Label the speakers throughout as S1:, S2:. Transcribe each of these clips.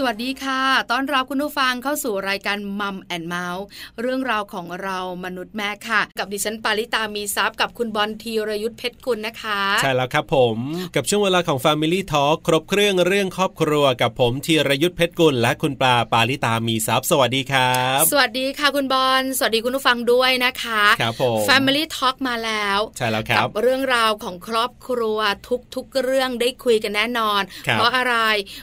S1: สวัสดีค่ะ ต้อนรับคุณผู้ฟังเข้าสู่รายการมัมแอนเมาส์เรื่องราวของเรามนุษย์แม่ค่ะ กับดิฉันปาริตามีซัพย์กับคุณบอลธีรยุทธเพชรกุลนะคะ
S2: ใช่แล้วครับผม กับช่วงเวลาของ Family Talk ครบเครื่องเรื่องครอบครัวกับผมธีรยุทธเพชรกุลและคุณปลาปาลิตามีซัพ์สวัสดีครับ
S1: สวัสดีค่ะคุณบอล สวัสดีคุณผู้ฟังด้วยนะคะ
S2: ครับผม
S1: Family Talk มาแล้ว
S2: ใช่แล้วครั
S1: กับ เรื่องราวของครอบครัวทุกๆเรื่องได้คุยกันแน่นอน
S2: ครับ
S1: เพราะอะไร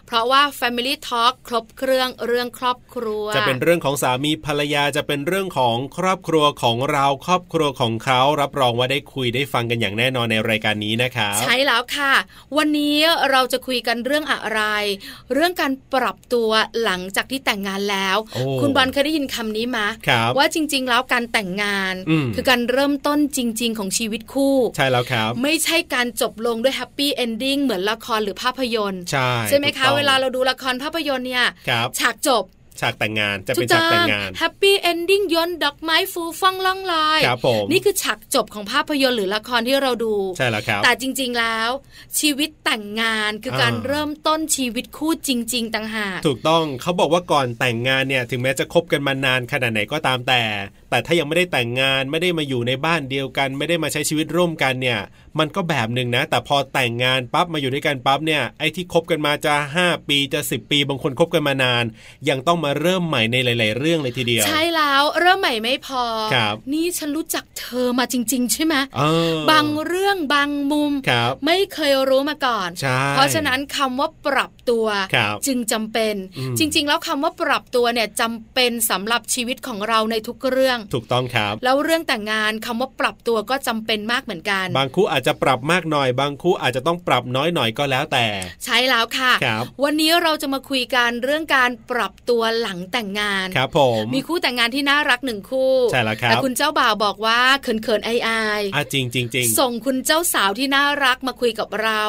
S1: เพราะว่า Family Talk ครบเครื่องเรื่องครอบครัว
S2: จะเป็นเรื่องของสามีภรรยาจะเป็นเรื่องของครอบครัวของเราครอบครัวของเขารับรองว่าได้คุยได้ฟังกันอย่างแน่นอนในรายการนี้นะครับ
S1: ใช่แล้วค่ะ วันนี้เราจะคุยกันเรื่องอะไร เรื่องการปรับตัวหลังจากที่แต่งงานแล้ว
S2: โอ้
S1: คุณบอลเคยได้ยินคำนี้มา
S2: ครับ
S1: ว่าจริง ๆ แล้วการแต่งงาน
S2: อืม
S1: คือการเริ่มต้นจริง ๆ ของชีวิตคู่
S2: ใช่แล้วครับ
S1: ไม่ใช่การจบลงด้วยแฮปปี้เอนดิ้งเหมือนละครหรือภาพยนตร์
S2: ใช่
S1: ใช่ไหม
S2: ถูก
S1: คะ
S2: ต้อง
S1: เวลาเราดูละครภาพยนตร์เนี่ย
S2: ครับ
S1: ฉากจบ
S2: ฉากแต่งงานจะ
S1: ทุ
S2: เป็น
S1: กอ
S2: ฉากแต่
S1: ย่าง
S2: งงาน
S1: แฮปปี้เอนดิ้งยนต์ดอกไม้ฟูฟ่องล่องลอย
S2: ครับผม
S1: นี่คือฉากจบของภาพยนตร์หรือละครที่เราดู
S2: ใช่แล้วครับ
S1: แต่จริงๆ แล้ว ชีวิตแต่งงานคือ
S2: อ่า
S1: การเริ่มต้นชีวิตคู่จริง ๆ ต่างหาก
S2: ถูกต้องเขาบอกว่าก่อนแต่งงานเนี่ยถึงแม้จะคบกันมานานขนาดไหนก็ตามแต่ แต่ถ้ายังไม่ได้แต่งงานไม่ได้มาอยู่ในบ้านเดียวกัน ไม่ได้มาใช้ชีวิตร่วมกันเนี่ย มันก็แบบหนึ่งนะ แต่พอแต่งงานปั๊บมาอยู่ด้วยกันปั๊บเนี่ยไอ้ที่คบกันมาจะ 5 ปีจะ 10 ปี บางคนคบกันมานาน ยังต้องมาเริ่มใหม่ในหลาย ๆ เรื่องเลยทีเดียว
S1: ใช่แล้วเริ่มใหม่ไม่พอ
S2: ครับ
S1: นี่ฉันรู้จักเธอมาจริง ๆ ใช่ไหม
S2: เออบ
S1: างเรื่องบางมุม
S2: ครับ
S1: ไม่เคยรู้มาก่อน
S2: ใช่
S1: เพราะฉะนั้นคำว่าปรับตัว
S2: ครับ
S1: จึงจำเป็น
S2: อืม
S1: จริง ๆ แล้วคำว่าปรับตัวเนี่ยจำเป็นสำหรับชีวิตของเราในทุกเรื่อง
S2: ถูกต้องครับ
S1: แล้วเรื่องแต่งงานคำว่าปรับตัวก็จำเป็นมากเหมือนกัน
S2: บางคู่อาจจะปรับมากหน่อย บางคู่อาจจะต้องปรับน้อยหน่อยก็แล้วแต่
S1: ใช่แล้วค่ะ
S2: ครับ
S1: วันนี้เราจะมาคุยกันเรื่องการปรับตัวหลังแต่งงาน
S2: ครับผม
S1: มีคู่แต่งงานที่น่ารักหนึ่งคู่
S2: ใช่แล้วครับ
S1: แต่คุณเจ้าบ่าวบอกว่าเขินเขินๆอายอายๆ
S2: อ่ะจริงจริงจริง
S1: ส่งคุณเจ้าสาวที่น่ารักมาคุยกับเรา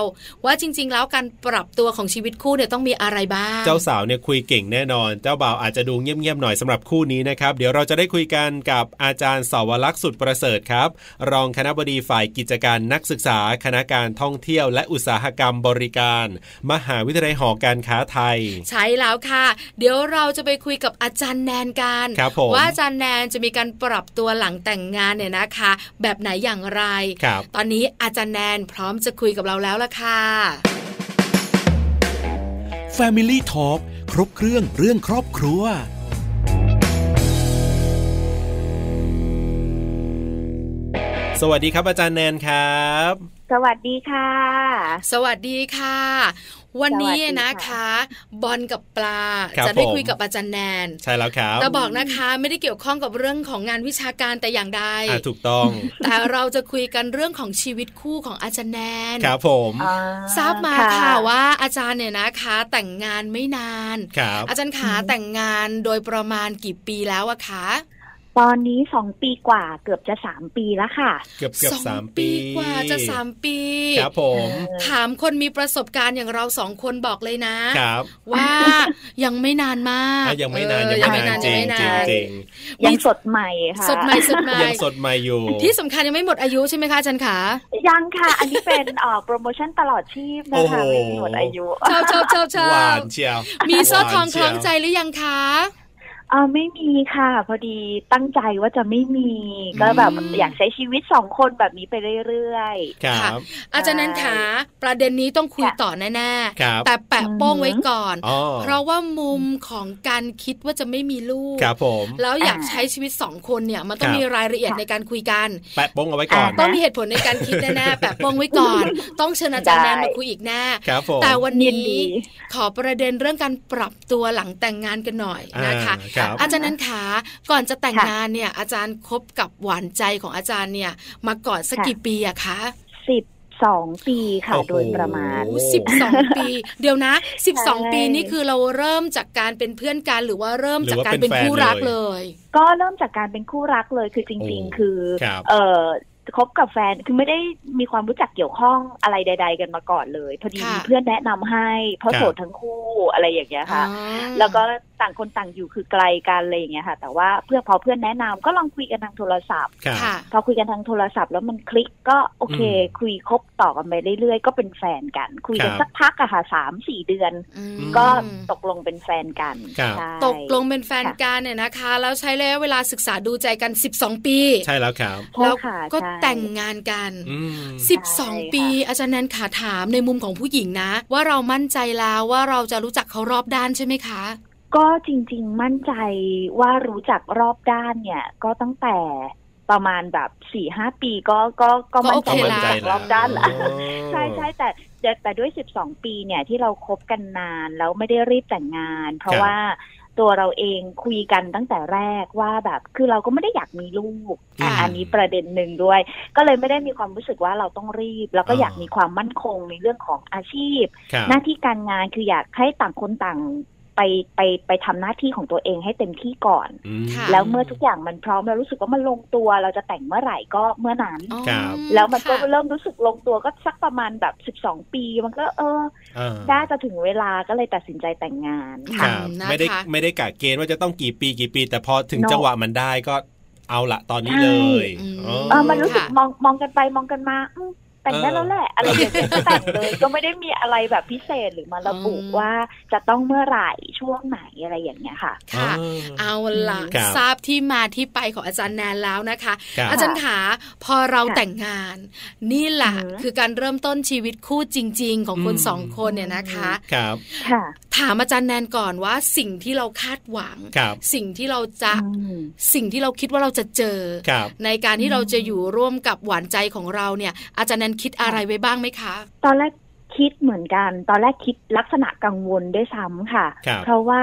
S1: ว่าจริง ๆ แล้วการปรับตัวของชีวิตคู่เนี่ยต้องมีอะไรบ้าง
S2: เจ้าสาวเนี่ยคุยเก่งแน่นอน เจ้าบ่าวอาจจะดูเงียบๆหน่อยสำหรับคู่นี้นะครับ เดี๋ยวเราจะได้คุยกันกับอาจารย์สาวลักษณ์สุดประเสริฐครับ รองคณบดีฝ่ายกิจการนักศึกษา คณะการท่องเที่ยวและอุตสาหกรรมบริการ มหาวิทยาลัยหอการค้าไทย
S1: ใช่แล้วค่ะ เดี๋ยวเราจะไปคุยกับอาจารย์แนนกัน
S2: ครับผม
S1: ว่าอาจารย์แนนจะมีการปรับตัวหลังแต่งงานเนี่ยนะคะ แบบไหนอย่างไร
S2: ครับ
S1: ตอนนี้อาจารย์แนนพร้อมจะคุยกับเราแล้วล่ะค่ะ
S3: Family Talk ครบเครื่องเรื่องครอบครัว
S2: สวัสดีครับอาจารย์แนนครับ
S4: สวัสดีค่ะ
S1: สวัสดีค่ะ วันนี้
S4: สวัสดี
S1: นะ
S4: ค่ะ
S1: คะ บอลกับปลา
S2: ครับ
S1: จะได้
S2: ผม
S1: คุยกับอาจารย์แนน
S2: ใช่แล้วครับ
S1: แต่บอกนะคะไม่ได้เกี่ยวข้องกับเรื่องของงานวิชาการแต่อย่างใด
S2: อ่ะถูก ต้อง
S1: แต่เราจะคุยกันเรื่องของชีวิตคู่ของอาจารย์แนน
S2: ครับผม
S4: อ่
S1: ทราบมาค่ะว่าอาจารย์เนี่ยนะคะ แต่งงานไม่นาน
S2: ครับ
S1: อาจารย์ขาแต่งงานโดยประมาณกี่ปีแล้วอะคะ
S4: ตอนนี้สองปีกว่าเกือบจะสามปีแล้วค่ะ
S2: เกือบเกือบ
S1: สอง
S2: สาม
S1: ปี
S2: ปี
S1: กว่าจะสามปี
S2: ครับผม
S1: ถามคนมีประสบการณ์อย่างเราสองคนบอกเลยนะ
S2: ครับ
S1: ว่ายังไม่นานมาก
S2: อ่ะยังไม่นาน
S1: เออ
S2: ยังไม่นาน
S1: ยั
S2: จ
S1: ง
S2: ริง
S1: ไม่นา
S2: จริง
S1: น
S2: จริง
S4: ยังสดใหม่ค่ะ
S1: สดใหม่สดใหม่
S2: ยังสดใหม่อยู่
S1: ที่สำคัญยังไม่หมดอายุใช่ไหมคะอาจารย์ขา
S4: ยังค่ะ อันนี้เป็น เอ่อโปรโมชั่นตลอดชีพ
S2: โอ้
S4: นะ
S2: โห
S4: คะไม่มีหมดอายุ
S1: ชอบชอบชอบชอ
S2: หวา
S1: บ
S2: นเชียว
S1: มีสร้อยทอง
S2: หวาน
S1: ค
S2: เชีย
S1: ล้ว องใจหรือยังคะ
S4: เออไม่มีค่ะ พอดีตั้งใจว่าจะไม่มี ก็แบบ
S1: อืม
S4: อยากใช้ชีวิตสองคนแบบนี้ไปเรื่อย
S2: ครับ
S1: อาจารย์นันขาประเด็นนี้ต้องคุย
S4: ค่ะ
S1: ต่อแน่
S2: ครับ
S1: ๆแต่แปะโป้งไว้ก่อน
S2: อ๋อ
S1: เพราะว่ามุมของการคิดว่าจะไม่มีลูก
S2: ครับผม
S1: แล้วอยาก
S4: อ่า
S1: ใช้ชีวิตสองคนเนี่ยมันต้อง
S2: ครับ
S1: มีรายละเอียด
S4: ค่ะ
S1: ในการคุยกัน
S2: แปะโป้งเอาไว้ก่อน
S4: อ่า
S1: ต้องมีเหตุผลในการคิดแน่ๆแปะโป้งไว้ก่อน ต้องเชิญอาจารย์แนนมาคุยอีกแน่
S2: ครับผม
S1: แต่วัน
S4: ๆยิน
S1: นี้
S4: ดี
S1: ขอประเด็นเรื่องการปรับตัวหลังแต่งงานกันหน่อย
S2: อ่าน
S1: นะคะ
S2: ครับ
S1: อาจารย์นันขาก่อนจะแต่ง
S4: ค่ะ
S1: งานเนี่ย อาจารย์คบกับหวานใจของอาจารย์เนี่ย มาก่อนสักกี่ปีอะคะ
S4: สิบสองปีค่ะ
S2: โอ้โห
S4: โดยประมาณ
S2: โอ้
S1: สิบสองปี เดี๋ยวนะ 12 ปี
S4: ใช่
S1: นี่คือเราเริ่มจากการเป็นเพื่อนกันหรือว่าเริ่มจากการ
S2: หรื
S1: เป็น
S2: อว่าเป็น
S1: คู่
S2: แฟน
S1: รัก
S2: เล
S1: เลย ย
S4: ก็เริ่มจากการเป็นคู่รักเลยคือจริง
S2: โอ้
S4: ๆ คือ
S2: ครับ
S4: เออคบกับแฟนคือไม่ได้มีความรู้จักเกี่ยวข้องอะไรใด ๆ กันมาก่อนเลย พอดี
S1: ค่ะ
S4: มีเพื่อนแนะนำให้ เพราะ
S2: ครับ
S4: โสดทั้งคู่อะไรอย่างเงี้ยค่ะ
S1: อ๋อ
S4: แล้วก็ ต่างคนต่างอยู่คือไกลกันอะไรอย่างเงี้ยค่ะ แต่ว่าเพื่อพอเพื่อนแนะนำก็ลองคุยกันทางโทรศัพท์
S2: ครับ
S1: ค่ะ
S4: พอคุยกันทางโทรศัพท์แล้วมันคลิกก็โอเค
S2: อืม
S4: คุยคบต่อกันไปเรื่อยๆ ก็เป็นแฟนกัน คุยกัน
S2: ครับ
S4: สักพักอะค่ะสามสี่เดือน
S1: อืม
S4: ก็ตกลงเป็นแฟนกัน
S2: ครับ
S4: ใช่
S1: ตกลงเป็นแฟนกันเนี่ยนะคะ แล้วใช้ระยะเวลาศึกษาดูใจกัน 12 ปี
S2: ใช่แล้วครับ
S4: ใช่
S1: แล้ว
S4: ค่ะ
S1: ก็
S4: ใช่
S1: แต่งงานกัน
S2: อืม
S1: 12 ปี อาจารย์แนนขาถามในมุมของผู้หญิงนะ ว่าเรามั่นใจแล้วว่าเราจะรู้จักเขารอบด้านใช่ไหมคะ
S4: ก็จริง ๆ มั่นใจว่ารู้จักรอบด้านเนี่ย ก็ตั้งแต่ประมาณแบบสี่ห้าปีก็ก็ก็
S1: ก็
S4: มั่น
S1: โอ
S4: ใจ
S1: เค
S4: ว่า
S1: ละ
S4: รู้จักรอบด้านละ
S2: อ๋อ
S4: ใช่ใช่แต่แต่แต่ด้วย 12 ปีเนี่ยที่เราคบกันนานแล้วไม่ได้รีบแต่งงาน เพ
S2: ครั
S4: ราะ
S2: บ
S4: ว่าตัวเราเองคุยกันตั้งแต่แรกว่าแบบคือเราก็ไม่ได้อยากมีลูก
S1: ค่ะ
S4: อันนี้ประเด็นหนึ่งด้วย ก็เลยไม่ได้มีความรู้สึกว่าเราต้องรีบ แล้วก็อยากมีความมั่นคงในเรื่องของอาชีพ
S2: ครับ
S4: หน้าที่การงานคืออยากให้ต่างคนต่างไปไปไปทำหน้าที่ของตัวเองให้เต็มที่ก่อน
S2: อืม
S1: ค่ะ
S4: แล้วเมื่อทุกอย่างมันพร้อมเรารู้สึกว่ามันลงตัวเราจะแต่งเมื่อไหร่ก็เมื่อนั้น
S1: อ๋อ
S2: ครับ
S4: แล้วมันก็
S1: ค่ะ
S4: เริ่มรู้สึกลงตัวก็สักประมาณแบบ 12 ปี มันก็เออ
S2: อ่า
S4: น่าจะถึงเวลาก็เลยตัดสินใจแต่งงาน
S2: ค
S4: ค่ะ
S2: รับ
S1: อืมนะคะ
S2: ไม่ได้ไม่ได้กะเกณฑ์ว่าจะต้องกี่ปีกี่ปี แต่พอถึง
S4: เนอะ
S2: จังหวะมันได้ก็เอาละตอนนี้เลย
S1: ใช่
S2: อ๋อ
S4: เออ
S1: เาา
S4: มันรู้สึก
S1: ค่ะ
S4: มองมองกันไปมองกันมาอืมแต่งได้แล้วแหละ อะไรอย่างเงี้ยก็แต่งเลย ก็ไม่ได้มีอะไรแบบพิเศษหรือมาระบุว่าจะต้องเมื่อไหร่ช่วงไหนอะไรอย่างเงี้ยค่ะ
S1: ค่ะ เอาละ
S2: ครับ
S1: ทราบที่มาที่ไปของอาจารย์แนนแล้วนะคะ
S2: ครับ
S1: อาจารย์ขาพอเรา
S4: ค่ะ
S1: แต่งงาน นี่แหละ
S4: อือหือ
S1: คือการเริ่มต้นชีวิตคู่จริง ๆ ของคน
S2: อืม
S1: สองคนเนี่ยนะคะ
S2: ครับ
S4: ค่ะ
S1: ถามอาจารย์แนนก่อนว่าสิ่งที่เราคาดหวัง
S2: ครับ
S1: สิ่งที่เราจะ
S4: อืม
S1: สิ่งที่เราคิดว่าเราจะเจอ
S2: ครับ
S1: ในการที่เราจะอยู่ร่วมกับหวานใจของเราเนี่ย อาจารย์แนนคิดอะไรไว้บ้างไหมคะ
S4: ตอนแรกคิดเหมือนกัน ตอนแรกคิดลักษณะกังวลด้วยซ้ำค่ะ
S2: ครับ
S4: เพราะว่า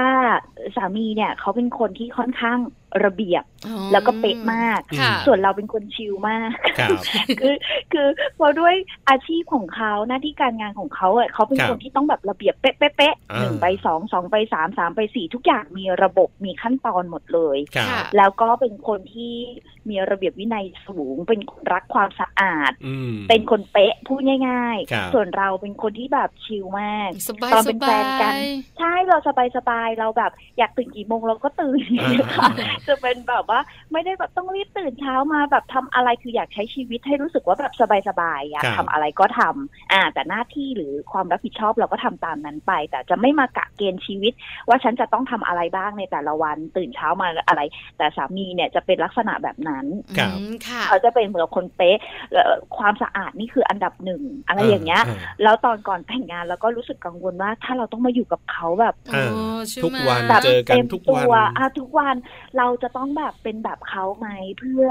S4: สามีเนี่ยเขาเป็นคนที่ค่อนข้างระเบียบ แล้วก็เป๊ะมาก
S1: ค่ะ
S4: ส่วนเราเป็นคนชิลมาก
S2: ครับ
S4: คือคือเพราะด้วยอาชีพของเขาหน้าที่การงานของเขาอ่ะเขาเป็น
S2: ครับ
S4: คนที่ต้องแบบระเบียบเป๊ะเป๊ะเป๊ะ
S2: อ่า
S4: หนึ่งไปสองสองไปสามสามไปสี่ทุกอย่างมีระบบมีขั้นตอนหมดเลย
S2: ครับ
S4: แล้วก็เป็นคนที่มีระเบียบวินัยสูง เป็นคนรักความสะอาด
S2: อืม
S4: เป็นคนเป๊ะพูดง่าย
S2: ครับ
S4: ๆ ส่วนเราเป็นคนที่แบบชิลมาก
S1: สบาย
S4: ตอน
S1: ส
S4: เป็น
S1: บา
S4: แฟนกัน
S1: ย
S4: ใช่เราสบายสบายๆเราแบบอยากตื่นกี่โมงเราก็ตื่น
S2: อ่า
S4: ค่ะจะเป็นแบบว่าไม่ได้แบบต้องรีบตื่นเช้ามาแบบทำอะไรคืออยากใช้ชีวิตให้รู้สึกว่าแบบสบายสบายๆอยาก
S2: ครับ
S4: ทำอะไรก็ทำอ่า แต่หน้าที่หรือความรับผิดชอบเราก็ทำตามนั้นไป แต่จะไม่มากะเกณฑ์ชีวิต ว่าฉันจะต้องทำอะไรบ้างในแต่ละวันตื่นเช้ามาอะไร แต่สามีเนี่ยจะเป็นลักษณะแบบนั้น
S2: ครับ
S1: อืมค่ะ
S4: เขาจะเป็นเหมือนคนเป๊ะเอ่อความสะอาดนี่คืออันดับหนึ่งอะไรอย่างเงี้ย แล้วตอนก่อนแต่งงานเราก็รู้สึกกังวลว่า ถ้าเราต้องมาอยู่กับเขาแบบ
S2: อ่า
S1: โอ้ใช่ไหม
S2: ทุกวัน
S4: แบบ
S2: เจอกัน
S4: เต็ม
S2: ทุก
S4: ตั
S2: วัน
S4: วอ่ะทุกวันเราจะต้องแบบเป็นแบบเขาไหมเพื่อ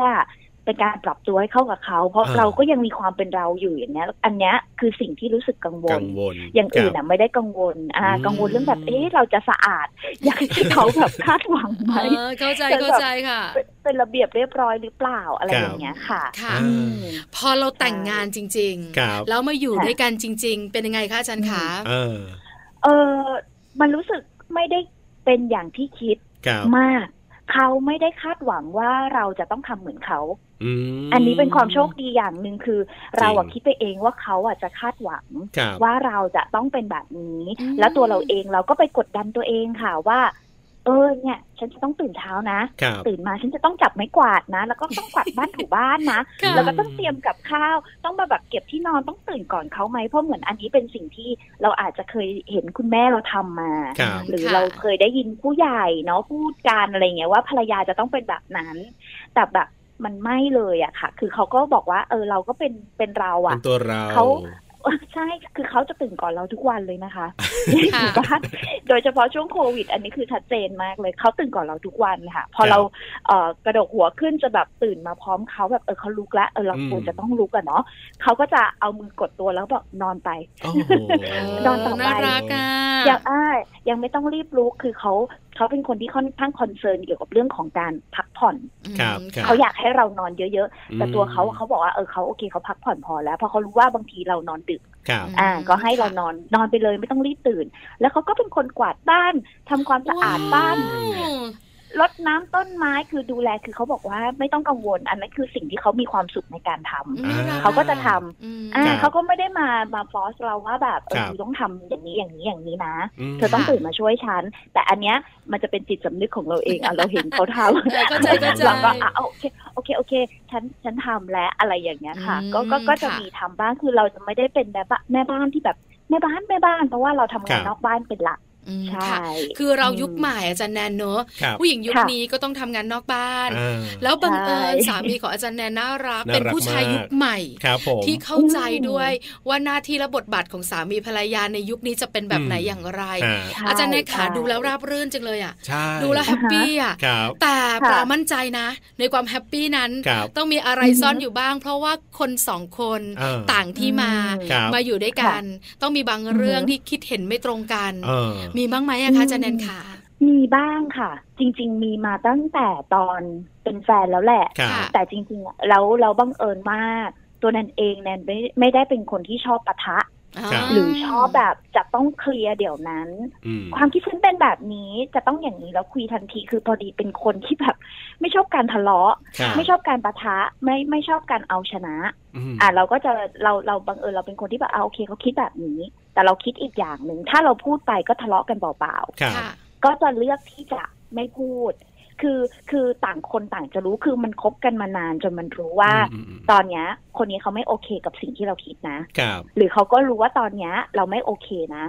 S4: เป็นการปรับตัวให้เข้ากับเขา เพราะ
S2: อ่า
S4: เราก็ยังมีความเป็นเราอยู่อย่างเนี้ย อันเนี้ยคือสิ่งที่รู้สึกกังว
S2: กั
S4: ล
S2: งวล
S4: อย่างอื่น
S2: ครับ
S4: อ่ะไม่ได้กังวลอ่า
S2: อืม
S4: กังวลเรื่องแบบเอ๊ะเราจะสะอาด อยากให้เขาแบบคาดหวัง ไหม
S1: เออเข้าใจ
S4: แต่แบบ
S1: เข้าใจค่ะ
S4: เป็นเป็นระเบียบเรียบร้อยหรือเปล่าอะไรอย่างเงี้ยค่ะ
S1: ค่ะ
S4: อืม
S1: พอเราแต่งงานจริง
S2: ครับ
S1: แล้วมาอยู่
S4: ค่ะ
S1: ด้วยกันจริง ๆ เป็นยังไงคะอาจารย์ขา
S2: เออ
S4: เออมันรู้สึกไม่ได้เป็นอย่างที่คิด
S2: ครับ
S4: มาก เขาไม่ได้คาดหวังว่าเราจะต้องทำเหมือนเขา
S2: อืม
S4: อันนี้เป็นความโชคดีอย่างหนึ่งคือ เราอะ
S2: จริง
S4: คิดไปเองว่าเขาอะจะคาดหวัง
S2: ครับ
S4: ว่าเราจะต้องเป็นแบบนี้ แล้วตัวเราเองเราก็ไปกดดันตัวเองค่ะว่า เออเนี่ย ฉันจะต้องตื่นเช้านะ
S2: ครับ
S4: ตื่นมาฉันจะต้องจับไม้กวาดนะ แล้วก็ต้องกวาดบ้านถูบ้านนะ
S1: ค่ะ
S4: แล้วก็ต้องเตรียมกับข้าว ต้องมาแบบเก็บที่นอนต้องตื่นก่อนเขาไหมเพราะเหมือนอันนี้เป็นสิ่งที่เราอาจจะเคยเห็นคุณแม่เราทำมา
S2: ครับ
S4: หรือ
S1: ค่ะ
S4: เราเคยได้ยินผู้ใหญ่เนาะพูดการอะไรเงี้ยว่าภรรยาจะต้องเป็นแบบนั้น แต่แบบมันไม่เลยอะค่ะ คือเขาก็บอกว่า เออเราก็เป็นเป็นเรา
S2: เป็
S4: อะ
S2: นตัวเรา
S4: เขา ใช่คือเขาจะตื่นก่อนเราทุกวันเลยนะคะ
S1: ค่ะ
S4: อยู่บ้านโดยเฉพาะช่วงโควิด อันนี้คือชัดเจนมากเลยเขาตื่นก่อนเราทุกวันเลยค่ะ พอ
S2: ครับ
S4: เราเอ่อกระดกหัวขึ้นจะแบบตื่นมาพร้อมเขาแบบเออเขาลุกแล้วเออเรา
S2: อืม
S4: ควรจะต้องลุกอะเนาะเขาก็จะเอามือกดตัวแล้วบอกนอนไป
S2: โอ้โห
S4: นอนต่อไป
S1: น่ารักอ่ะ
S4: ยังอ่ายังไม่ต้องรีบลุกคือเขาเขาเป็นคนที่ค่อนข้างคอนเซิร์นเกี่ยวกับเรื่องของการพักผ่อน
S2: ครับครับ
S4: เขาอยากให้เรานอนเยอะ
S2: อื
S4: ๆ
S2: ม
S4: แต่ตัวเขาอะเขาบอกว่าเออเขาโอเคเขาพักผ่อนพอแล้วเพราะเขารู้ว่าบางทีเรานอนดึก
S2: ครับ
S4: อ่า
S1: อืม
S4: ก็ให้เรา
S1: ค่ะ
S4: นอนนอนไปเลยไม่ต้องรีบตื่น แล้วเขาก็เป็นคนกวาดบ้านทำความสะอาดบ้าน
S1: ว้าว
S4: รดน้ำต้นไม้คือดูแลคือเขาบอกว่าไม่ต้องกังวล อันนั้นคือสิ่งที่เขามีความสุขในการทำ
S1: อืมน่รั
S4: เขาก็จะทำ
S1: อืม
S4: อ่า
S2: ครับ
S4: เขาก็ไม่ได้มามาฟอสเราว่าแบบเออ
S2: ครับ
S4: อยู่ต้องทำอย่างนี้อย่างนี้อย่างนี้นะ
S2: ม
S4: เธอต้อง
S1: ค่ะ
S4: ตื่นมาช่วยฉัน แต่อันเนี้ยมันจะเป็นจิตสำนึกของเราเองอ่ะเราเห็นเขาทำ
S1: เออเข้าใจเข้าใจ
S4: เราก็อ่ะโอเคโอเคโอเค ฉันฉันทำและอะไรอย่างเงี้ยค่ะ
S1: อืม
S4: ก็ก็ก็จะ
S1: ค่ะ
S4: มีทำบ้างคือเราจะไม่ได้เป็นแม่บ้านแม่บ้านที่แบบแม่บ้านแม่บ้านเพราะว่าเราทำ
S2: ครั
S4: งาน
S2: บ
S4: นอกบ้านเป็นหลัก
S1: อืม
S4: ใช่
S1: ค่ะ คือเรายุคใหม่อาจารย์แนนเนอะ
S2: ครับ
S1: ผู้หญิงยุค
S4: ค่ะ
S1: นี้ก็ต้องทำงานนอกบ้าน
S2: อ่า
S1: แล้วบังเอิญ
S4: ใช่
S1: สามีของอาจารย์แนนน่ารัก
S2: น่ารัก
S1: เป็นผู้ชายยุคใหม่
S2: ครับผม
S1: ที่เข้าใจด้วยว่าหน้าที่และบทบาทของสามีภรรยาในยุคนี้จะเป็นแบบไหน
S2: อืม
S1: อย่างไร
S2: อ่า
S4: ใช่
S1: อาจารย์แนนขา
S4: ใช่
S1: ดูแล้วราบรื่นจังเลยอ่ะ
S2: ใช่
S1: ดูแล้วแฮปปี้อ่ะ
S2: ครับ
S1: แต่
S4: ค่ะ
S1: ปลามั่นใจนะ ในความแฮปปี้นั้น
S2: ครับ
S1: ต้องมีอะไรซ่อนอยู่บ้าง เพราะว่าคนสองคน
S2: เออ
S1: ต่างที่มา
S2: ครับ
S1: มาอยู่ด้วยกัน ต้องมีบาง
S4: อือฮึ
S1: เรื่องที่คิดเห็นไม่ตรงกัน
S2: เออ
S1: มีบ้างไหมอะคะอาจารย์แนนขา
S4: มีบ้างค่ะ จริง ๆ มีมาตั้งแต่ตอนเป็นแฟนแล้วแหละ
S2: ครับ
S4: แต่จริงๆอ่ะเราเราบังเอิญมาก ตัวแนนเองแนนไม่ไม่ได้เป็นคนที่ชอบปะทะ
S2: ครับ
S4: หรือชอบแบบจะต้องเคลียร์เดี๋ยวนั้น
S2: อืม
S4: ความคิดฉันเป็นแบบนี้จะต้องอย่างนี้แล้วคุยทันทีคือพอดีเป็นคนที่แบบ ไม่ชอบการทะเลาะ
S2: ครับ
S4: ไม่ชอบการปะทะไม่ไม่ชอบการเอาชนะ
S2: อืม
S4: อ่ะเราก็จะเราเราบังเอิญเราเป็นคนที่แบบเอาโอเคเขาคิดแบบนี้ แต่เราคิดอีกอย่างหนึ่งถ้าเราพูดไปก็ทะเลาะกันเปล่า
S2: ครับ
S1: ค่ะ
S4: ๆก็จะเลือกที่จะไม่พูด คือคือต่างคนต่างจะรู้คือมันคบกันมานานจนมันรู้ว่า
S2: อืมอืมอืม
S4: ตอนเนี้ย คนนี้เขาไม่โอเคกับสิ่งที่เราคิดนะ
S2: ครับ
S4: หรือเขาก็รู้ว่าตอนเนี้ยเราไม่โอเคนะ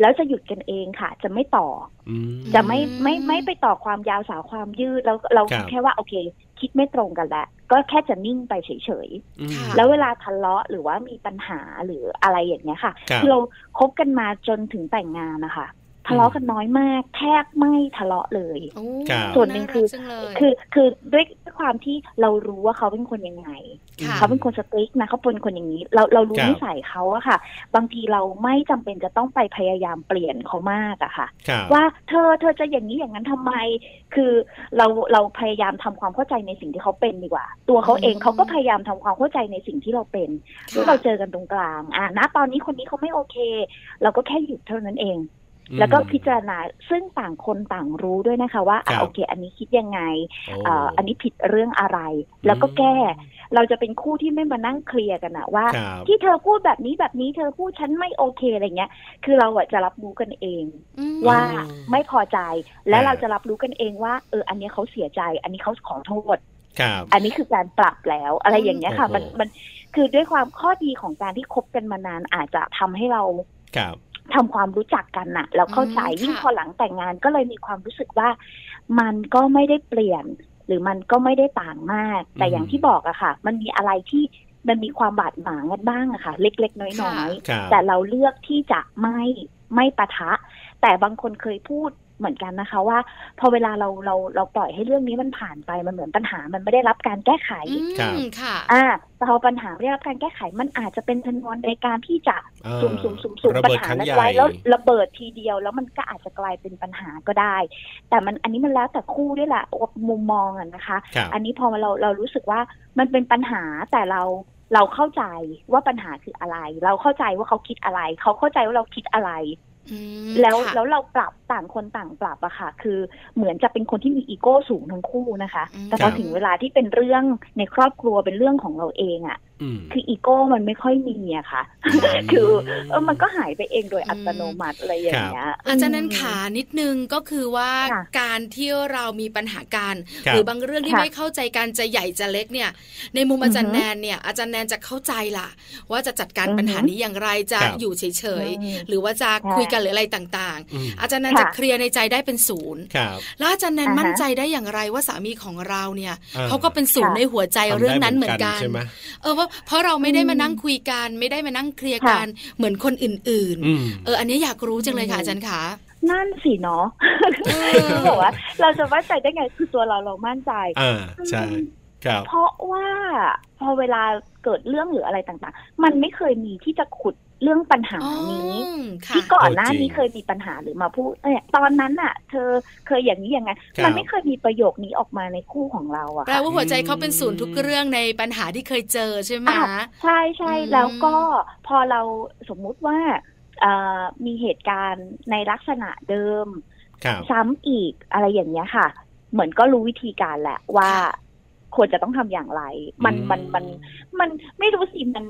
S4: แล้วจะหยุดกันเองค่ะ จะไม่ต่อ
S2: อืม
S4: จะไม่ไม่
S1: อืม
S4: ไม่ไปต่อความยาวสาวความยืดแล้วเรา
S2: ครับ
S4: แค่ว่าโอเค คิดไม่ตรงกันแล้วก็แค่จะนิ่งไปเฉย
S2: อืม
S1: ค่ะ
S4: ๆแล้วเวลาทะเลาะหรือว่ามีปัญหาหรืออะไรอย่างเงี้ยค่ะ
S2: ครับ
S4: อเราคบกันมาจนถึงแต่งงานนะคะทะเลาะกันน้อยมาก แทบไม่ทะเลาะเลย
S1: โอ้
S2: ครับ
S4: ส่วนหนึ่งคือ
S1: ารักจัเลย
S4: คือคือด้วยความที่เรารู้ว่าเขาเป็นคนยังไง
S1: ค่ะ
S4: เขาเป็นคนสตริกนะเขาเป็นคนอย่างนี้ เราเรารู้
S2: ครับ
S4: นิสัยเขาอะค่ะ บางทีเราไม่จำเป็นจะต้องไปพยายามเปลี่ยนเขามากอะค่ะ
S2: ครับ
S4: ว่าเธอเธอจะอย่างนี้อย่างนั้นทำไม คือเราเราพยายามทำความเข้าใจในสิ่งที่เขาเป็นดีกว่า ตัวเขาเอง
S1: อืม
S4: เขาก็พยายามทำความเข้าใจในสิ่งที่เราเป็น
S1: ค่ะ
S4: ที่เราเจอกันตรงกลางอ่ะนะตอนนี้คนนี้เขาไม่โอเค เราก็แค่หยุดเท่านั้นเอง แล้วก็พิจารณาซึ่งต่างคนต่างรู้ด้วยนะคะ ว่าอ่ะ
S2: ครับ
S4: โอเค อันนี้คิดยังไง
S2: โ
S4: เอ่ออันนี้ผิดเรื่องอะไร แล้วก็แก้ เราจะเป็นคู่ที่ไม่มานั่งเคลียร์กันอะว่า
S2: ครับ
S4: ที่เธอพูดแบบนี้แบบนี้เธอพูดฉันไม่โอเคอะไรเงี้ย คือเราอะจะรับรู้กันเอง
S1: อืม
S4: ว่าไม่พอใจและ
S2: อ่า
S4: เราจะรับรู้กันเองว่าเอออันเนี้ยเขาเสียใจ อันนี้เขาขอโทษ
S2: ครับ
S4: อันนี้คือการปรับแล้วอะไรอย่างเงี้ยค่ะ
S2: โอ้โห
S4: มันมันคือด้วยความข้อดีของการที่คบกันมานานอาจจะทำให้เรา
S2: ครับ
S4: ทำความรู้จักกันน่ะแล้วเข้าใจยิ่งพอหลังแต่งงานก็เลยมีความรู้สึกว่า มันก็ไม่ได้เปลี่ยน หรือมันก็ไม่ได้ต่างมาก แต่
S2: อืม
S4: อย่างที่บอกอะค่ะ มันมีอะไรที่มันมีความบาดหมางกันบ้างอะค่ะ เล็กๆ น้อยๆ
S2: ครับ
S4: แต่เราเลือกที่จะไม่ไม่ปะทะ แต่บางคนเคยพูดเหมือนกันนะคะว่า พอเวลาเราเราเราปล่อยให้เรื่องนี้มันผ่านไปมันเหมือนปัญหามันไม่ได้รับการแก้ไข
S1: อืม
S2: ครับ
S1: ค่ะ
S4: อ่าแต่พอปัญหาไม่ได้รับการแก้ไข มันอาจจะเป็นชนวนในการที่จะ
S2: อ่า
S4: สุ่มสุ่มสุ่มสุ่ม
S2: ระ
S4: ปัญ
S2: เบิด
S4: หา
S2: ครั้ง
S4: นั้น
S2: ใหญ่
S4: ไว้แล้วระเบิดทีเดียว แล้วมันก็อาจจะกลายเป็นปัญหาก็ได้ แต่มันอันนี้มันแล้วแต่คู่ด้วยแหละมุมมองอะนะคะ
S2: ครับ
S4: อันนี้พอเราเรารู้สึกว่ามันเป็นปัญหาแต่เราเราเข้าใจว่าปัญหาคืออะไร เราเข้าใจว่าเขาคิดอะไร เขาเข้าใจว่าเราคิดอะไร
S1: อืม
S4: แล้ว
S1: ค่ะ
S4: แล้วเราปรับต่างคนต่างปรับอะค่ะ คือเหมือนจะเป็นคนที่มีอีโก้สูงทั้งคู่นะคะ
S1: อืม
S4: แต่พอถึงเวลาที่เป็นเรื่องในครอบครัวเป็นเรื่องของเราเองอะ
S2: อืม
S4: คืออีโก้มันไม่ค่อยมีอะค่ะ คือเออมันก็หายไปเองโดยอัตโนมัติอะไรอย่างเงี้ย
S1: อาจารย์แนนขานิดนึงก็คือว่า
S4: ค่ะ
S1: การที่เรามีปัญหาการ
S2: ครั
S1: ห
S2: บ
S1: รือบางเรื่องที่
S4: ค่ะ
S1: ไม่เข้าใจกันจะใหญ่จะเล็กเนี่ย ในมุมอาจารย์
S4: อือฮึ
S1: แนนเนี่ยอาจารย์แนนจะเข้าใจล่ะ ว่าจะจัดการ
S4: อือฮึ
S1: ปัญหานี้อย่างไรจะ
S2: ครับ
S1: อยู่เฉย
S4: อืม
S1: ๆหรือว่าจะคุยกันหรืออะไรต่าง
S2: อืม
S1: ๆ อาจารย์แนนจะ
S4: ค่ะ
S1: เคลียร์ในใจได้เป็นศูนย์
S2: ครับ
S1: แล้วอาจารย์แนน
S4: อ่าฮะ
S1: มั่นใจได้อย่างไรว่าสามีของเราเนี่ย
S2: อ่า
S1: เขาก็เป็นศูนย์ในหัวใจ
S2: ทำได้
S1: เรื่องนั้นเหมือนกัน
S2: ใช่ไหม
S1: เออว่าเพราะเราไม่ได้มานั่งคุยกันไม่ได้มานั่งเคลียร์กันเหมือนคนอื่น
S2: อืม
S1: ๆ เอออันนี้อยากรู้จังเลยค่ะอาจารย์ขา
S4: นั่นสิเนาะ คือบอกว่า เราจะมั่นใจได้ไงคือตัวเราเรามั่นใจ
S2: อ่าใช่ครับ
S4: เพราะว่าพอเวลาเกิดเรื่องหรืออะไรต่างๆ มันไม่เคยมีที่จะขุดเรื่องปัญหา
S1: อ๋อ
S4: นี้
S1: ค่ะ
S4: ที่ก่อนหน้า
S2: โอ้จริง
S4: นี้เคยมีปัญหาหรือมาพูดเนี่ยตอนนั้นน่ะ เธอเคยอย่างนี้อย่างนั้น
S2: ครับ
S4: มันไม่เคยมีประโยคนี้ออกมาในคู่ของเราอะ
S1: แปล
S4: ค่ะ
S1: ว่าหัวใจเขาเป็นศูนย์ทุกเรื่องในปัญหาที่เคยเจอใช่ไหม
S4: อ่ะใช่ใช่
S1: อืม
S4: แล้วก็พอเราสมมุติว่าเอ่อมีเหตุการณ์ในลักษณะเดิม
S2: ครับ
S4: ซ้ำอีกอะไรอย่างเงี้ยค่ะ เหมือนก็รู้วิธีการแหละว่าควรจะต้องทำอย่างไร มัน
S2: อืม
S4: มันมันมันไม่รู้สิมัน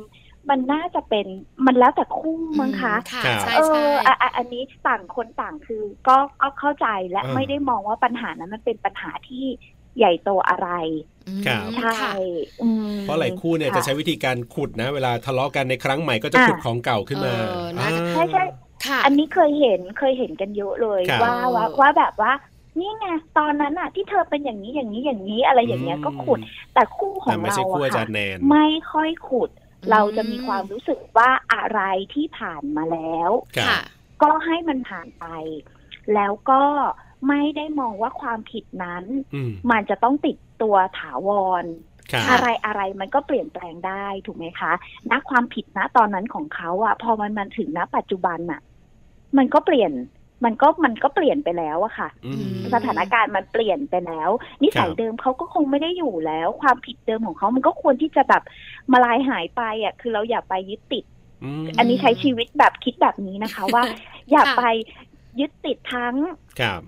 S4: มันน่าจะเป็นมันแล้วแต่คู่มั้งคะ
S1: ค่ะ
S2: ครับ
S1: ใช่
S4: เอ
S1: ใช่
S4: ออ่ะอ่ะอันนี้ต่างคนต่างคือก็ก็เข้าใจและ
S2: อ่า
S4: ไม่ได้มองว่าปัญหานั้นมันเป็นปัญหาที่ใหญ่โตอะไร
S2: ครับ
S4: ใช่อืม
S2: เพราะหลายคู่เนี่ย
S4: ค่ะ
S2: จะใช้วิธีการขุดนะ เวลาทะเลาะกันในครั้งใหม่ก็จะ
S4: อ่ะ
S2: ขุดของเก่าขึ้นมา
S1: เออน่าจะ
S2: อ่า
S4: ใช่ใช่
S1: ค่ะ
S4: อันนี้เคยเห็นเคยเห็นกันเยอะเลย
S2: ครับ
S4: ว่าว่า
S1: เออ
S4: ว่าแบบว่า นี่ไงตอนนั้นอะที่เธอเป็นอย่างนี้อย่างนี้อย่างนี้อะไรอย่างเงี้ย
S2: อืม
S4: ก็ขุดแต่คู่ขอ
S2: แต่
S4: ง
S2: ไม่
S4: เรา
S2: ใช่คู่
S4: อะ
S2: อาจา
S4: ค่ะ
S2: รย์แนน
S4: ไม่ค่อยขุด เราจะมีความรู้สึกว่าอะไรที่ผ่านมาแล้ว
S2: ครับ
S1: ค่ะ
S4: ก็ให้มันผ่านไป แล้วก็ไม่ได้มองว่าความผิดนั้น
S2: อืม
S4: มันจะต้องติดตัวถาวร
S2: ครับ
S4: อะไรอะไรมันก็เปลี่ยนแปลงได้ถูกไหมคะณความผิดณตอนนั้นของเขาอะพอมันมันถึงณปัจจุบันอะมันก็เปลี่ยน มันก็มันก็เปลี่ยนไปแล้วอะค่ะ
S2: อืม
S4: สถานการณ์มันเปลี่ยนไปแล้ว นิสัย
S2: ครับ
S4: เดิมเขาก็คงไม่ได้อยู่แล้ว ความผิดเดิมของเขามันก็ควรที่จะแบบมาลายหายไปอะคือเราอย่าไปยึดติด
S2: ม
S4: อันนี้ใช้ชีวิตแบบคิดแบบนี้ นะคะ ว่า อย่า
S1: ค่ะ
S4: ไปยึดติดทั้ง
S2: ครับ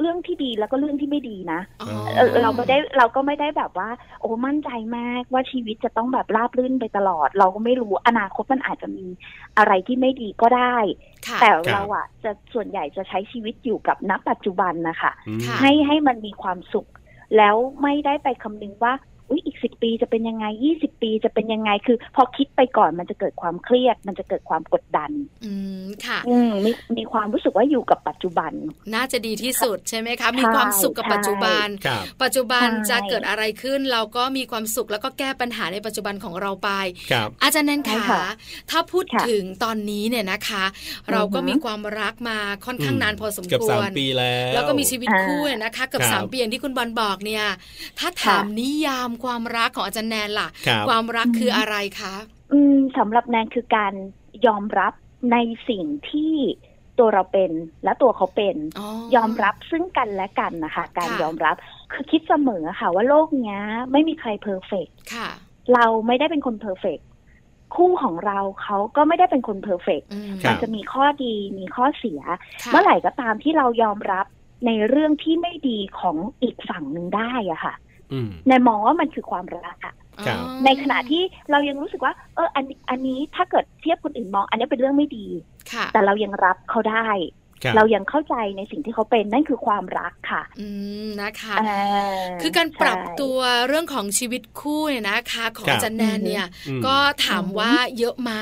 S4: เรื่องที่ดีแล้วก็เรื่องที่ไม่ดีนะ
S1: อ๋อ
S4: เออเราไม่ได้เราก็ไม่ได้แบบว่า โอ้มั่นใจมากว่าชีวิตจะต้องแบบราบรื่นไปตลอด เราก็ไม่รู้อนาคตมันอาจจะมีอะไรที่ไม่ดีก็ได้
S1: ค่ะ
S4: แต่เราอะจะส่วนใหญ่จะใช้ชีวิตอยู่กับณปัจจุบันนะคะ
S2: อืม
S1: ค่ะ
S4: ให้ให้มันมีความสุข แล้วไม่ได้ไปคำนึงว่าอุ๊ยอีกสิบปีจะเป็นยังไงยี่สิบปีจะเป็นยังไงคือ พอคิดไปก่อนมันจะเกิดความเครียด มันจะเกิดความกดดัน
S1: อืมค่ะ
S4: อืมมีมีความรู้สึกว่าอยู่กับปัจจุบัน
S1: น่าจะดีที่สุดใช่ไหมคะ มี
S4: ใช่
S1: ความสุขกับ
S4: ใช่
S1: ปัจจุบัน
S2: ครับ
S1: ปัจจุบัน
S4: ใช่
S1: จะเกิดอะไรขึ้น เราก็มีความสุขแล้วก็แก้ปัญหาในปัจจุบันของเราไป
S2: ครับ
S1: อาจารย์แนน
S4: ใช่
S1: ขา
S4: ค่ะ
S1: ถ้าพูด
S4: ค่ะ
S1: ถึงตอนนี้เนี่ยนะคะ
S4: อือฮึ
S1: เราก็มีความรักมาค่อนข้าง
S2: อืม
S1: นานพอสม
S2: เกือบ
S1: คว
S2: สาม
S1: ร
S2: ปีแล้ว
S1: แล้วก็มีชีวิต
S4: อ่า
S1: คู่เนี่ยนะคะเกือบ
S2: ครับ
S1: สามปีอย่างที่คุณบอลบอกเนี่ย ถ้าถามนิยามความรักของอาจารย์แนนล่ะ
S2: ครับ
S1: ความรักคืออะไรคะ
S4: อืมสำหรับแนนคือการยอมรับในสิ่งที่ตัวเราเป็นและตัวเขาเป็น ยอมรับซึ่งกันและกันนะคะ การ
S1: ค่ะ
S4: ยอมรับคือคิดเสมอค่ะว่าโลกเนี้ย ไม่มีใครเพอร์เฟกต์
S1: ค่ะ
S4: เราไม่ได้เป็นคนเพอร์เฟกต์คู่ของเราเขาก็ไม่ได้เป็นคนเพอร์เฟกต์
S1: อืม
S2: ครั
S4: มั
S2: บ
S4: จะมีข้อดีมีข้อเสีย
S1: ค่ะ
S4: เมื่อไหร่ก็ตามที่เรายอมรับในเรื่องที่ไม่ดีของอีกฝั่งหนึ่งได้อะค่ะ
S2: อืม
S4: แนนมองว่ามันคือความรักอะ
S2: ครับ
S1: อ๋อ
S4: ในขณะที่เรายังรู้สึกว่า เอออันอันนี้ถ้าเกิดเทียบคนอื่นมอง อันนี้เป็นเรื่องไม่ดี
S1: ค่ะ
S4: แต่เรายังรับเขาได้
S2: ครับ
S4: เรายังเข้าใจในสิ่งที่เขาเป็นนั่นคือความรักค่ะ
S1: อืมนะคะ
S4: อ่า
S1: คือการปรับ
S4: ใช่
S1: ตัวเรื่องของชีวิตคู่เนี่ยนะคะของ
S2: ครับ
S1: อาจารย์แนนเนี่ย
S2: อืม
S1: ก็ถามว่าเยอะไหม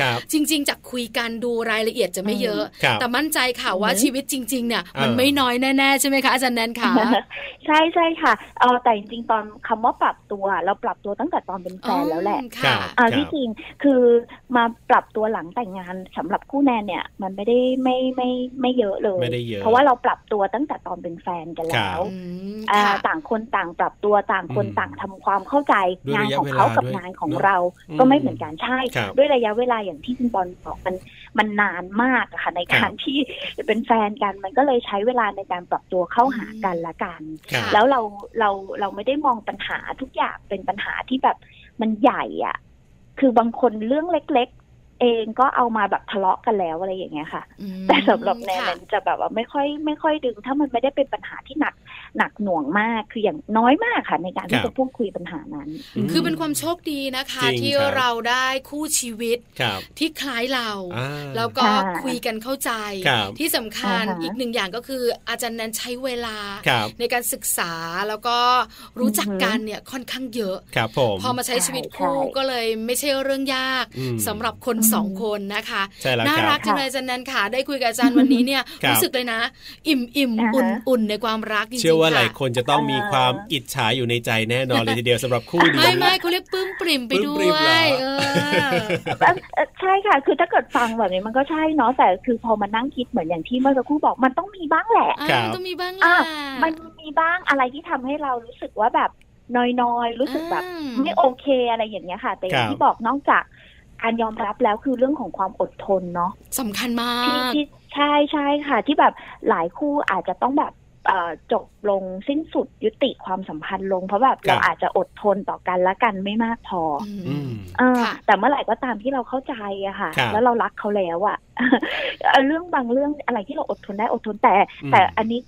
S2: ครับ
S1: จริง ๆจากคุยกันดูรายละเอียดจะไม่เยอะ
S2: ครับ
S1: แต่มั่นใจค่ะว่า
S4: อืม
S1: ชีวิตจริง ๆ เนี่ย
S2: เออ
S1: มันไม่น้อยแน่ๆ ใช่ไหมคะอาจารย์แนนค่ะ
S4: ใช่ใช่ค่ะเออแต่จริงๆตอนคำว่าปรับตัว เราปรับตัวตั้งแต่ตอนเป็น แฟนแล้วแหละ
S1: อืมค่ะ
S4: เอา
S2: ครับ
S4: ที่จริงคือมาปรับตัวหลังแต่งงานสำหรับคู่แนนเนี่ย มันไม่ได้ไม่ไม่ไม่เยอะเลย
S2: ไม่ได้เยอะ
S4: เพราะว่าเราปรับตัวตั้งแต่ตอนเป็นแฟนกันแล้ว
S1: อืม
S4: อ่า
S1: ค่ะ
S4: ต่างคนต่างปรับตัวต่างคน
S2: อืม
S4: ต่างทำความเข้าใจ
S2: ด้วย
S4: งาน
S2: ระยะ
S4: ของเขา
S2: เวลา
S4: กับ
S2: ด้วย
S4: งานของ
S2: เนอะ
S4: เรา
S2: อืม
S4: ก็ไม่เหมือนกันใช่
S2: ครับ
S4: ด้วยระยะเวลาอย่างที่คุณบอลบอกมันมันนานมากอะค่ะในการที่จะเป็นแฟนกันมันก็เลยใช้เวลาในการปรับตัวเข้าหากันและกัน
S2: ครับ
S4: แล้วเราเราเราไม่ได้มองปัญหาทุกอย่างเป็นปัญหาที่แบบมันใหญ่อ่ะคือบางคนเรื่องเล็ก ๆ เองก็เอามาแบบทะเลาะกันแล้วอะไรอย่างเงี้ยค่ะ
S1: อืม
S4: แต่สำหรับแนน
S1: ค่ะ
S4: นั้นจะแบบว่าไม่ค่อยไม่ค่อยดึง ถ้ามันไม่ได้เป็นปัญหาที่หนักหนักหน่วงมากคืออย่างน้อยมากค่ะ ในการ
S2: ครั
S4: ที่
S2: บ
S4: จะพูดคุยปัญหานั้น
S2: ม
S1: คือเป็นความโชคดีนะคะ
S2: จริง
S1: ที่
S2: ครับ
S1: เราได้คู่ชีวิต
S2: ครับ
S1: ที่คล้ายเรา
S2: อ่า
S1: แล้วก็
S4: ค่ะ
S1: คุยกันเข้าใจ
S2: ครับ
S1: ที่สำคัญ
S4: อ่าฮะ
S1: อีกหนึ่งอย่างก็คือ อาจารย์แนนใช้เวลา
S2: ครับ
S1: ในการศึกษาแล้วก็รู้จัก
S4: อือฮึ
S1: กันเนี่ยค่อนข้างเยอะ
S2: ครับผม
S1: พอมาใช้ชีวิต
S4: ใช่
S1: คู่
S4: ใช่
S1: ก็เลยไม่ใช่เรื่องยาก
S2: อืม
S1: สำหรับคน
S4: อืม
S1: สองคนนะคะ
S2: ใช่แล้ว
S1: น่า
S2: ครั
S1: รับ กจังเลยอาจันนันค่ะ ได้คุยกับอาจารย์วันนี้เนี่ย
S2: ครับ
S1: รู้สึกเลยนะ อิ่มอิ่ม
S4: อ่าฮะ
S1: อุ่นอุ่นในความรักจริงๆ
S2: เชื่อว่าหลาย
S1: ค่ะ
S2: คนจะต้องมีความอิจฉาอยู่ในใจแน่ นอนเลยทีเดียวสำหรับคู่นี้
S1: ไม่ไม่เขาเรียกปลื้มปริ่มไปด้
S2: ปลื้มปริ่
S1: ว
S2: มเหรอ
S1: ยเออ
S4: เอ่อเอ่อใช่ค่ะ คือถ้าเกิดฟังแบบนี้มันก็ใช่เนาะแต่คือพอมานั่งคิดเหมือนอย่างที่เมื่อสักครู่บอกมันต้องมีบ้างแหละ
S1: อ่า
S2: ครับ
S1: ต้องมีบ้าง
S4: อ่ะ
S1: ล่ะ
S4: มันมีบ้างอะไรที่ทำให้เรารู้สึกว่าแบบนอยๆ รู้สึกแบบ
S1: อืม
S4: ไม่โอเคอะไรอย่างเงี้ยค่ะ แต่อย่าง
S2: ครั
S4: ที่
S2: บ
S4: บอกนอกจากการยอมรับแล้วคือเรื่องของความอดทนเนาะ
S1: สำคัญมา
S4: ที่
S1: ก
S4: ที่ใช่ใช่ค่ะ ที่แบบหลายคู่อาจจะต้องแบบเอ่อจบลงสิ้นสุดยุติความสัมพันธ์ลง เพราะแบบ
S2: ครั
S4: เรา
S2: บ
S4: อาจจะอดทนต่อกันและกันไม่มากพอ
S1: อืม
S2: อืม
S4: เออ
S1: ค่ะ
S4: แต่เมื่อไหร่ก็ตามที่เราเข้าใจอะค่ะ
S2: ครับ
S4: แล้วเรารักเขาแล้วอะ เอ่อเรื่องบางเรื่องอะไรที่เราอดทนได้อดทนแต่
S2: อืม
S4: แต่อันนี้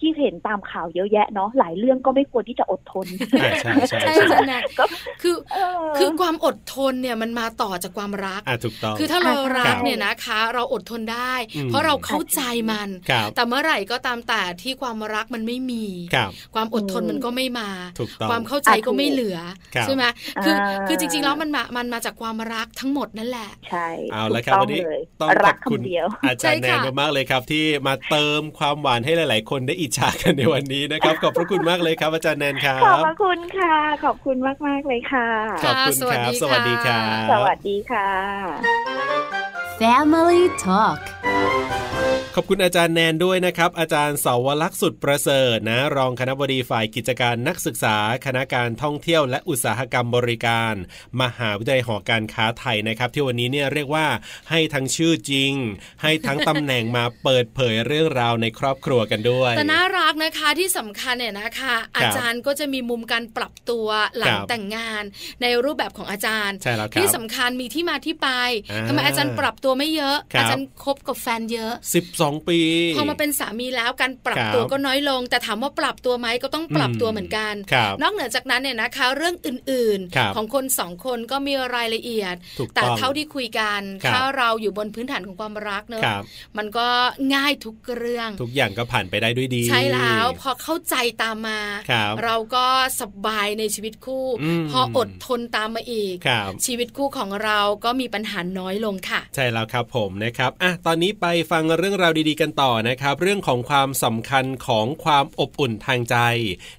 S4: ที่เห็นตามข่าวเยอะแยะเนาะหลายเรื่องก็ไม่ควรที่จะอดทน
S2: อ่าใช่ใช่
S1: ใช่
S2: ใช่
S1: ใช่นะ
S4: ก็
S1: คือ
S4: เออ
S1: คือความอดทนเนี่ยมันมาต่อจากความรัก
S2: อ่ะถูกต้อง
S1: คือถ้าเรารั
S2: ครั
S1: ก
S2: บ
S1: เนี่ยนะคะ เราอดทนได้
S2: อืม
S1: เพราะเราเข้าใจมัน
S2: ครับ
S1: แต่เมื่อไหร่ก็ตามแต่ที่ความรักมันไม่มี
S2: ครับ
S1: ความอดทน
S4: อืม
S1: มันก็ไม่มา
S2: ถูกต้อง
S1: ความเข้าใจ
S4: อ่ะถูก
S1: ก็ไม่เหลือ
S2: ครับ
S1: ใช่ไหมคืออา คือจริงๆแล้วมันมามันมาจากความรักทั้งหมดนั่นแหละ
S4: ใช่
S2: เอา
S4: ถู
S2: ละ
S4: ก
S2: ครับ
S4: ต้อ
S2: วั
S4: ง
S2: นนี้
S4: เลย
S2: ต้องข
S4: รั
S2: อก บคุณ
S4: คำเดียว
S2: อาจารย์แน
S1: ใช่
S2: น
S1: ค่ะ
S2: มากๆเลยครับ ที่มาเติมความหวานให้หลาย ๆ คนได้อิจฉากันในวันนี้นะครับ ขอบพระคุณมากเลยครับ อาจารย์แนนครั
S4: ขอบบ พระคุณค่ะ ขอบคุณมาก ๆ เลยค่ะ
S2: ขอบคุณครับ ส
S1: สวั
S2: วัส
S1: สดี
S2: ดีค
S1: ค่ะ
S2: รับ
S4: สวัสดีค่ะ
S5: Family Talk
S2: ขอบคุณอาจารย์แนนด้วยนะครับ อาจารย์เสาวลักษณ์สุดประเสริฐนะ รองคณบดีฝ่ายกิจการนักศึกษา คณะการท่องเที่ยวและอุตสาหกรรมบริการ มหาวิทยาลัยหอการค้าไทยนะครับ ที่วันนี้เนี่ยเรียกว่าให้ทั้งชื่อจริง ให้ทั้งตำแหน่งมาเปิดเผยเรื่องราวในครอบครัวกันด้วย
S1: แต่น่ารักนะคะที่สำคัญเนี่ยนะคะ อาจารย์ก็จะมีมุมการปรับตัวหลั
S2: ครั
S1: ง
S2: บ
S1: แต่งงานในรูปแบบของอาจารย์
S2: ใช่แล้วครั
S1: ที่
S2: บ
S1: สำคัญมีที่มาที่ไป
S2: อ่า
S1: ทำไมอาจารย์ปรับตัวไม่เยอะ
S2: ครับ
S1: อาจารย์คบกับแฟนเยอะ
S2: 12 ปี
S1: พอมาเป็นสามีแล้วการปรับ
S2: ครับ
S1: ตัวก็น้อยลง แต่ถามว่าปรับตัวไหมก็ต้องปรับ
S2: อืม
S1: ตัวเหมือนกัน
S2: ครับ
S1: นอกเหนือจากนั้นเนี่ยนะคะ เรื่องอื่น
S2: ครับ
S1: ของคนสองคนก็มีรายละเอียด
S2: ถูก
S1: แต่
S2: ต้อง
S1: เท่าที่คุยกัน
S2: ครับ
S1: ถ้าเราอยู่บนพื้นฐานของความรักเนอะ
S2: ครับ
S1: มันก็ง่ายทุกเรื่อง
S2: ทุกอย่างก็ผ่านไปได้ด้วยดี
S1: ใช่แล้วพอเข้าใจตามมา
S2: ครับ
S1: เราก็สบายในชีวิตคู่
S2: อืม
S1: พออดทนตามมาอีก
S2: ครับ
S1: ชีวิตคู่ของเราก็มีปัญหาน้อยลงค่ะ
S2: ใช่แล้วครับผมนะครับอ่ะตอนนี้ไปฟังเรื่องราวดีๆกันต่อนะครับ เรื่องของความสำคัญของความอบอุ่นทางใจ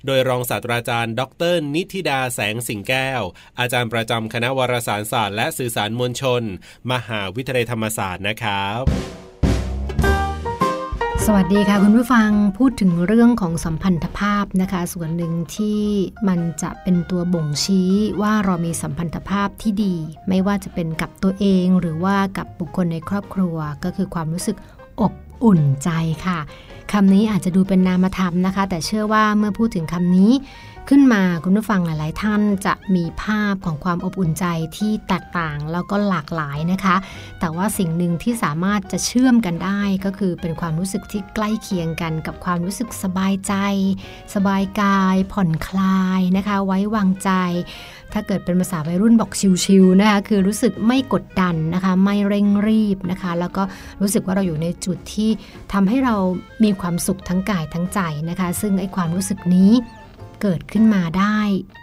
S2: โดยรองศาสตราจารย์ ดร นิติดาแสงสิงแก้ว อาจารย์ประจำคณะวารสารศาสตร์และสื่อสารมวลชน มหาวิทยาลัยธรรมศาสตร์นะครับ
S6: สวัสดีค่ะคุณผู้ฟังพูดถึงเรื่องของสัมพันธภาพนะคะ ส่วนหนึ่งที่มันจะเป็นตัวบ่งชี้ว่าเรามีสัมพันธภาพที่ดี ไม่ว่าจะเป็นกับตัวเองหรือว่ากับบุคคลในครอบครัว ก็คือความรู้สึกอบอุ่นใจค่ะคำนี้อาจจะดูเป็นนามธรรมนะคะ แต่เชื่อว่าเมื่อพูดถึงคำนี้ ขึ้นมาคุณผู้ฟังหลาย ๆ ท่านจะมีภาพของความอบอุ่นใจที่แตกต่างแล้วก็หลากหลายนะคะ แต่ว่าสิ่งหนึ่งที่สามารถจะเชื่อมกันได้ก็คือเป็นความรู้สึกที่ใกล้เคียงกันกับความรู้สึกสบายใจ สบายกาย ผ่อนคลายนะคะ ไว้วางใจ ถ้าเกิดเป็นภาษาวัยรุ่นบอกชิวๆนะคะคือรู้สึกไม่กดดันนะคะ ไม่เร่งรีบนะคะ แล้วก็รู้สึกว่าเราอยู่ในจุดที่ทำให้เรามีความสุขทั้งกายทั้งใจนะคะ ซึ่งไอ้ความรู้สึกนี้ เกิดขึ้นมาได้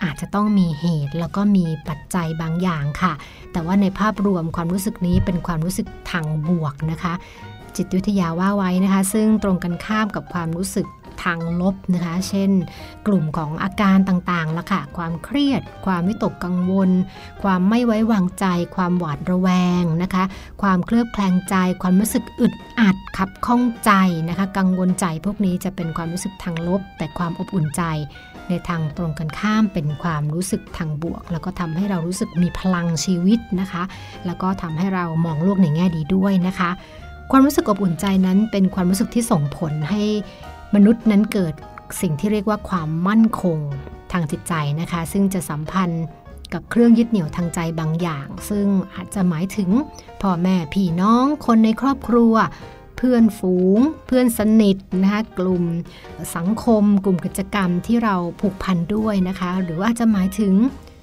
S6: อาจจะต้องมีเหตุแล้วก็มีปัจจัยบางอย่างค่ะ แต่ว่าในภาพรวมความรู้สึกนี้เป็นความรู้สึกทางบวกนะคะ จิตวิทยาว่าไว้นะคะ ซึ่งตรงกันข้ามกับความรู้สึกทางลบนะคะ เช่น กลุ่มของอาการต่างๆละค่ะ ความเครียด ความวิตกกังวล ความไม่ไว้วางใจ ความหวาดระแวงนะคะ ความเคลือบแคลงใจ ความรู้สึกอึดอัดขับข้องใจนะคะ กังวลใจพวกนี้จะเป็นความรู้สึกทางลบ แต่ความอบอุ่นใจ ในทางตรงกันข้ามเป็นความรู้สึกทางบวก แล้วก็ทำให้เรารู้สึกมีพลังชีวิตนะคะ แล้วก็ทำให้เรามองโลกในแง่ดีด้วยนะคะ ความรู้สึกอบอุ่นใจนั้นเป็นความรู้สึกที่ส่งผลให้มนุษย์นั้นเกิดสิ่งที่เรียกว่าความมั่นคงทางจิตใจนะคะ ซึ่งจะสัมพันธ์กับเครื่องยึดเหนี่ยวทางใจบางอย่าง ซึ่งอาจจะหมายถึงพ่อแม่พี่น้องคนในครอบครัว เพื่อนฝูง เพื่อนสนิทนะคะกลุ่ม สังคมกลุ่มกิจกรรมที่เราผูกพันด้วยนะคะ หรือว่าอาจจะหมายถึง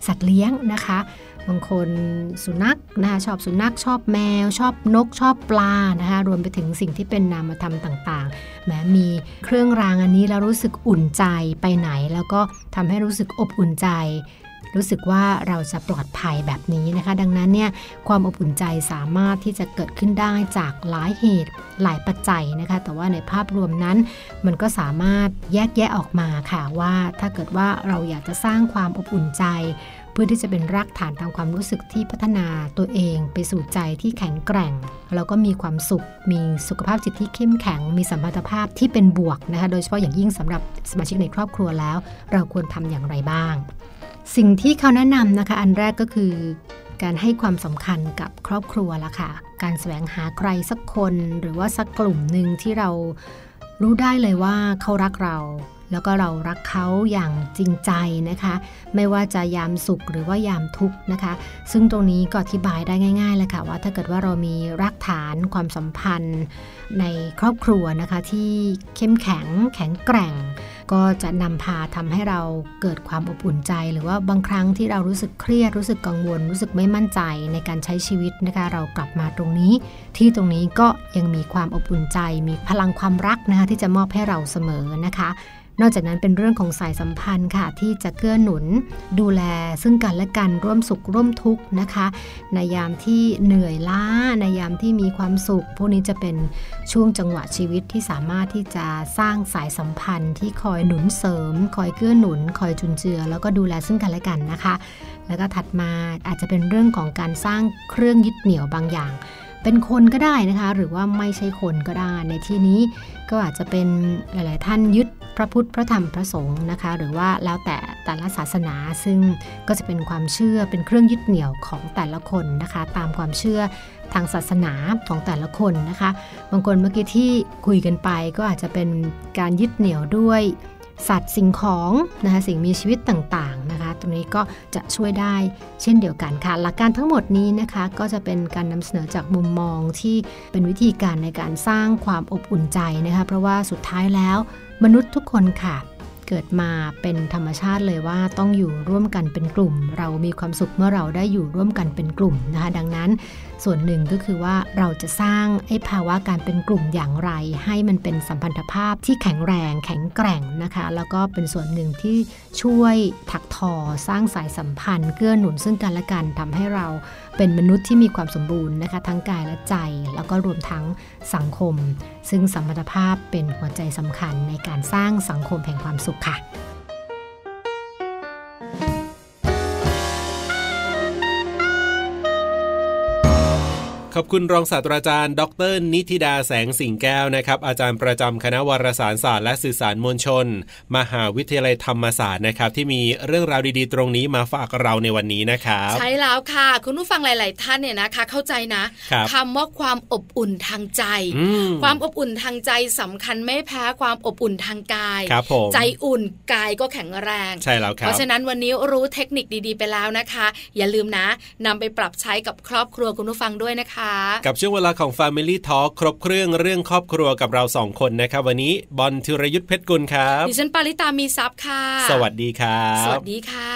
S6: สัตว์เลี้ยงนะคะ บางคนสุนัขนะคะชอบสุนัขชอบแมว ชอบนกชอบปลานะคะรวมไปถึงสิ่งที่เป็นนามธรรมต่างๆแม้มีเครื่องรางอันนี้แล้วรู้สึกอุ่นใจไปไหน แล้วก็ทำให้รู้สึกอบอุ่นใจ รู้สึกว่าเราจะปลอดภัยแบบนี้นะคะ ดังนั้นเนี่ยความอบอุ่นใจสามารถที่จะเกิดขึ้นได้จากหลายเหตุหลายปัจจัยนะคะ แต่ว่าในภาพรวมนั้น มันก็สามารถแยกแยะออกมาค่ะว่าถ้าเกิดว่าเราอยากจะสร้างความอบอุ่นใจ เพื่อที่จะเป็นรากฐานทางความรู้สึกที่พัฒนาตัวเอง ไปสู่ใจที่แข็งแกร่ง แล้วก็มีความสุข มีสุขภาพจิตที่เข้มแข็ง มีสัมพันธภาพที่เป็นบวกนะคะโดยเฉพาะอย่างยิ่งสำหรับสมาชิกในครอบครัวแล้ว เราควรทำอย่างไรบ้าง สิ่งที่เขาแนะนำนะคะ อันแรกก็คือ การให้ความสำคัญกับครอบครัวละค่ะ การแสวงหาใครสักคนหรือว่าสักกลุ่มหนึ่งที่เรารู้ได้เลยว่าเขารักเรา แล้วก็เรารักเขาอย่างจริงใจนะคะ ไม่ว่าจะยามสุขหรือว่ายามทุกข์นะคะ ซึ่งตรงนี้ก็อธิบายได้ง่ายๆเลยค่ะว่าถ้าเกิดว่าเรามีรากฐานความสัมพันธ์ ในครอบครัวนะคะที่เข้มแข็งแข็งแกร่ง ก็จะนำพาทำให้เราเกิดความอบอุ่นใจ หรือว่าบางครั้งที่เรารู้สึกเครียดรู้สึกกังวล รู้สึกไม่มั่นใจในการใช้ชีวิตนะคะเรากลับมาตรงนี้ ที่ตรงนี้ก็ยังมีความอบอุ่นใจ มีพลังความรักนะคะที่จะมอบให้เราเสมอนะคะ นอกจากนั้นเป็นเรื่องของสายสัมพันธ์ค่ะ ที่จะเกื้อหนุน ดูแลซึ่งกันและกันร่วมสุขร่วมทุกข์นะคะ ในยามที่เหนื่อยล้าในยามที่มีความสุข พวกนี้จะเป็นช่วงจังหวะชีวิตที่สามารถที่จะสร้างสายสัมพันธ์ที่คอยหนุนเสริม คอยเกื้อหนุน คอยจุนเจือ แล้วก็ดูแลซึ่งกันและกันนะคะ แล้วก็ถัดมาอาจจะเป็นเรื่องของการสร้างเครื่องยึดเหนี่ยวบางอย่าง เป็นคนก็ได้นะคะ หรือว่าไม่ใช่คนก็ได้ในที่นี้ ก็อาจจะเป็นหลาย ๆ ท่านยึดพระพุทธพระธรรมพระสงฆ์นะคะ หรือว่าแล้วแต่แต่ละศาสนาซึ่งก็จะเป็นความเชื่อเป็นเครื่องยึดเหนี่ยวของแต่ละคนนะคะ ตามความเชื่อทางศาสนาของแต่ละคนนะคะ บางคนเมื่อกี้ที่คุยกันไปก็อาจจะเป็นการยึดเหนี่ยวด้วย สัตว์สิ่งของนะคะสิ่งมีชีวิตต่างๆนะคะ ตรงนี้ก็จะช่วยได้เช่นเดียวกันค่ะ หลักการทั้งหมดนี้นะคะก็จะเป็นการนำเสนอจากมุมมองที่เป็นวิธีการในการสร้างความอบอุ่นใจนะคะเพราะว่าสุดท้ายแล้วมนุษย์ทุกคนค่ะ เกิดมาเป็นธรรมชาติเลยว่าต้องอยู่ร่วมกันเป็นกลุ่ม เรามีความสุขเมื่อเราได้อยู่ร่วมกันเป็นกลุ่มนะคะ ดังนั้น ส่วนหนึ่งก็คือว่าเราจะสร้างไอ้ภาวะการเป็นกลุ่มอย่างไร ให้มันเป็นสัมพันธภาพที่แข็งแรงแข็งแกร่งนะคะ แล้วก็เป็นส่วนหนึ่งที่ช่วยถักทอสร้างสายสัมพันธ์เกื้อหนุนซึ่งกันและกันทำให้เราเป็นมนุษย์ที่มีความสมบูรณ์นะคะ ทั้งกายและใจ แล้วก็รวมทั้งสังคม ซึ่งสัมพันธภาพเป็นหัวใจสำคัญในการสร้างสังคมแห่งความสุขค่ะ
S2: ขอบคุณรองศาสตราจารย์ ดร นิติดาแสงสิงแก้วนะครับ อาจารย์ประจำคณะวารสารศาสตร์และสื่อสารมวลชน มหาวิทยาลัยธรรมศาสตร์นะครับ ที่มีเรื่องราวดีๆ ตรงนี้มาฝากเราในวันนี้นะครับ
S1: ใช่แล้วค่ะ คุณผู้ฟังหลาย ๆ ท่านเนี่ยนะคะ เข้าใจนะครับ คำว่าความอบอุ่นทางใจ
S2: อืม
S1: ความอบอุ่นทางใจสำคัญไม่แพ้ความอบอุ่นทางกาย
S2: ครับผม
S1: ใจอุ่นกายก็แข็งแรง
S2: ใช่แล้วค
S1: เพ
S2: รับ
S1: ราะฉะนั้นวันนี้รู้เทคนิคดีๆไปแล้วนะคะ อย่าลืมนะนำไปปรับใช้กับครอบครัวคุณผู้ฟังด้วยนะคะ
S2: กับช่วงเวลาของ Family Talk ครบเครื่องเรื่องครอบครัวกับเราสองคนนะครับ วันนี้บอลธีรยุทธเพชรกุลครับ
S1: ดิฉันปาริตามีซับค่ะ
S2: สวัสดีครับ
S1: สวัสดีค่ะ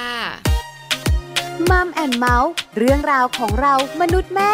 S5: มัมแอนเมาส์เรื่องราวของเรามนุษย์แม่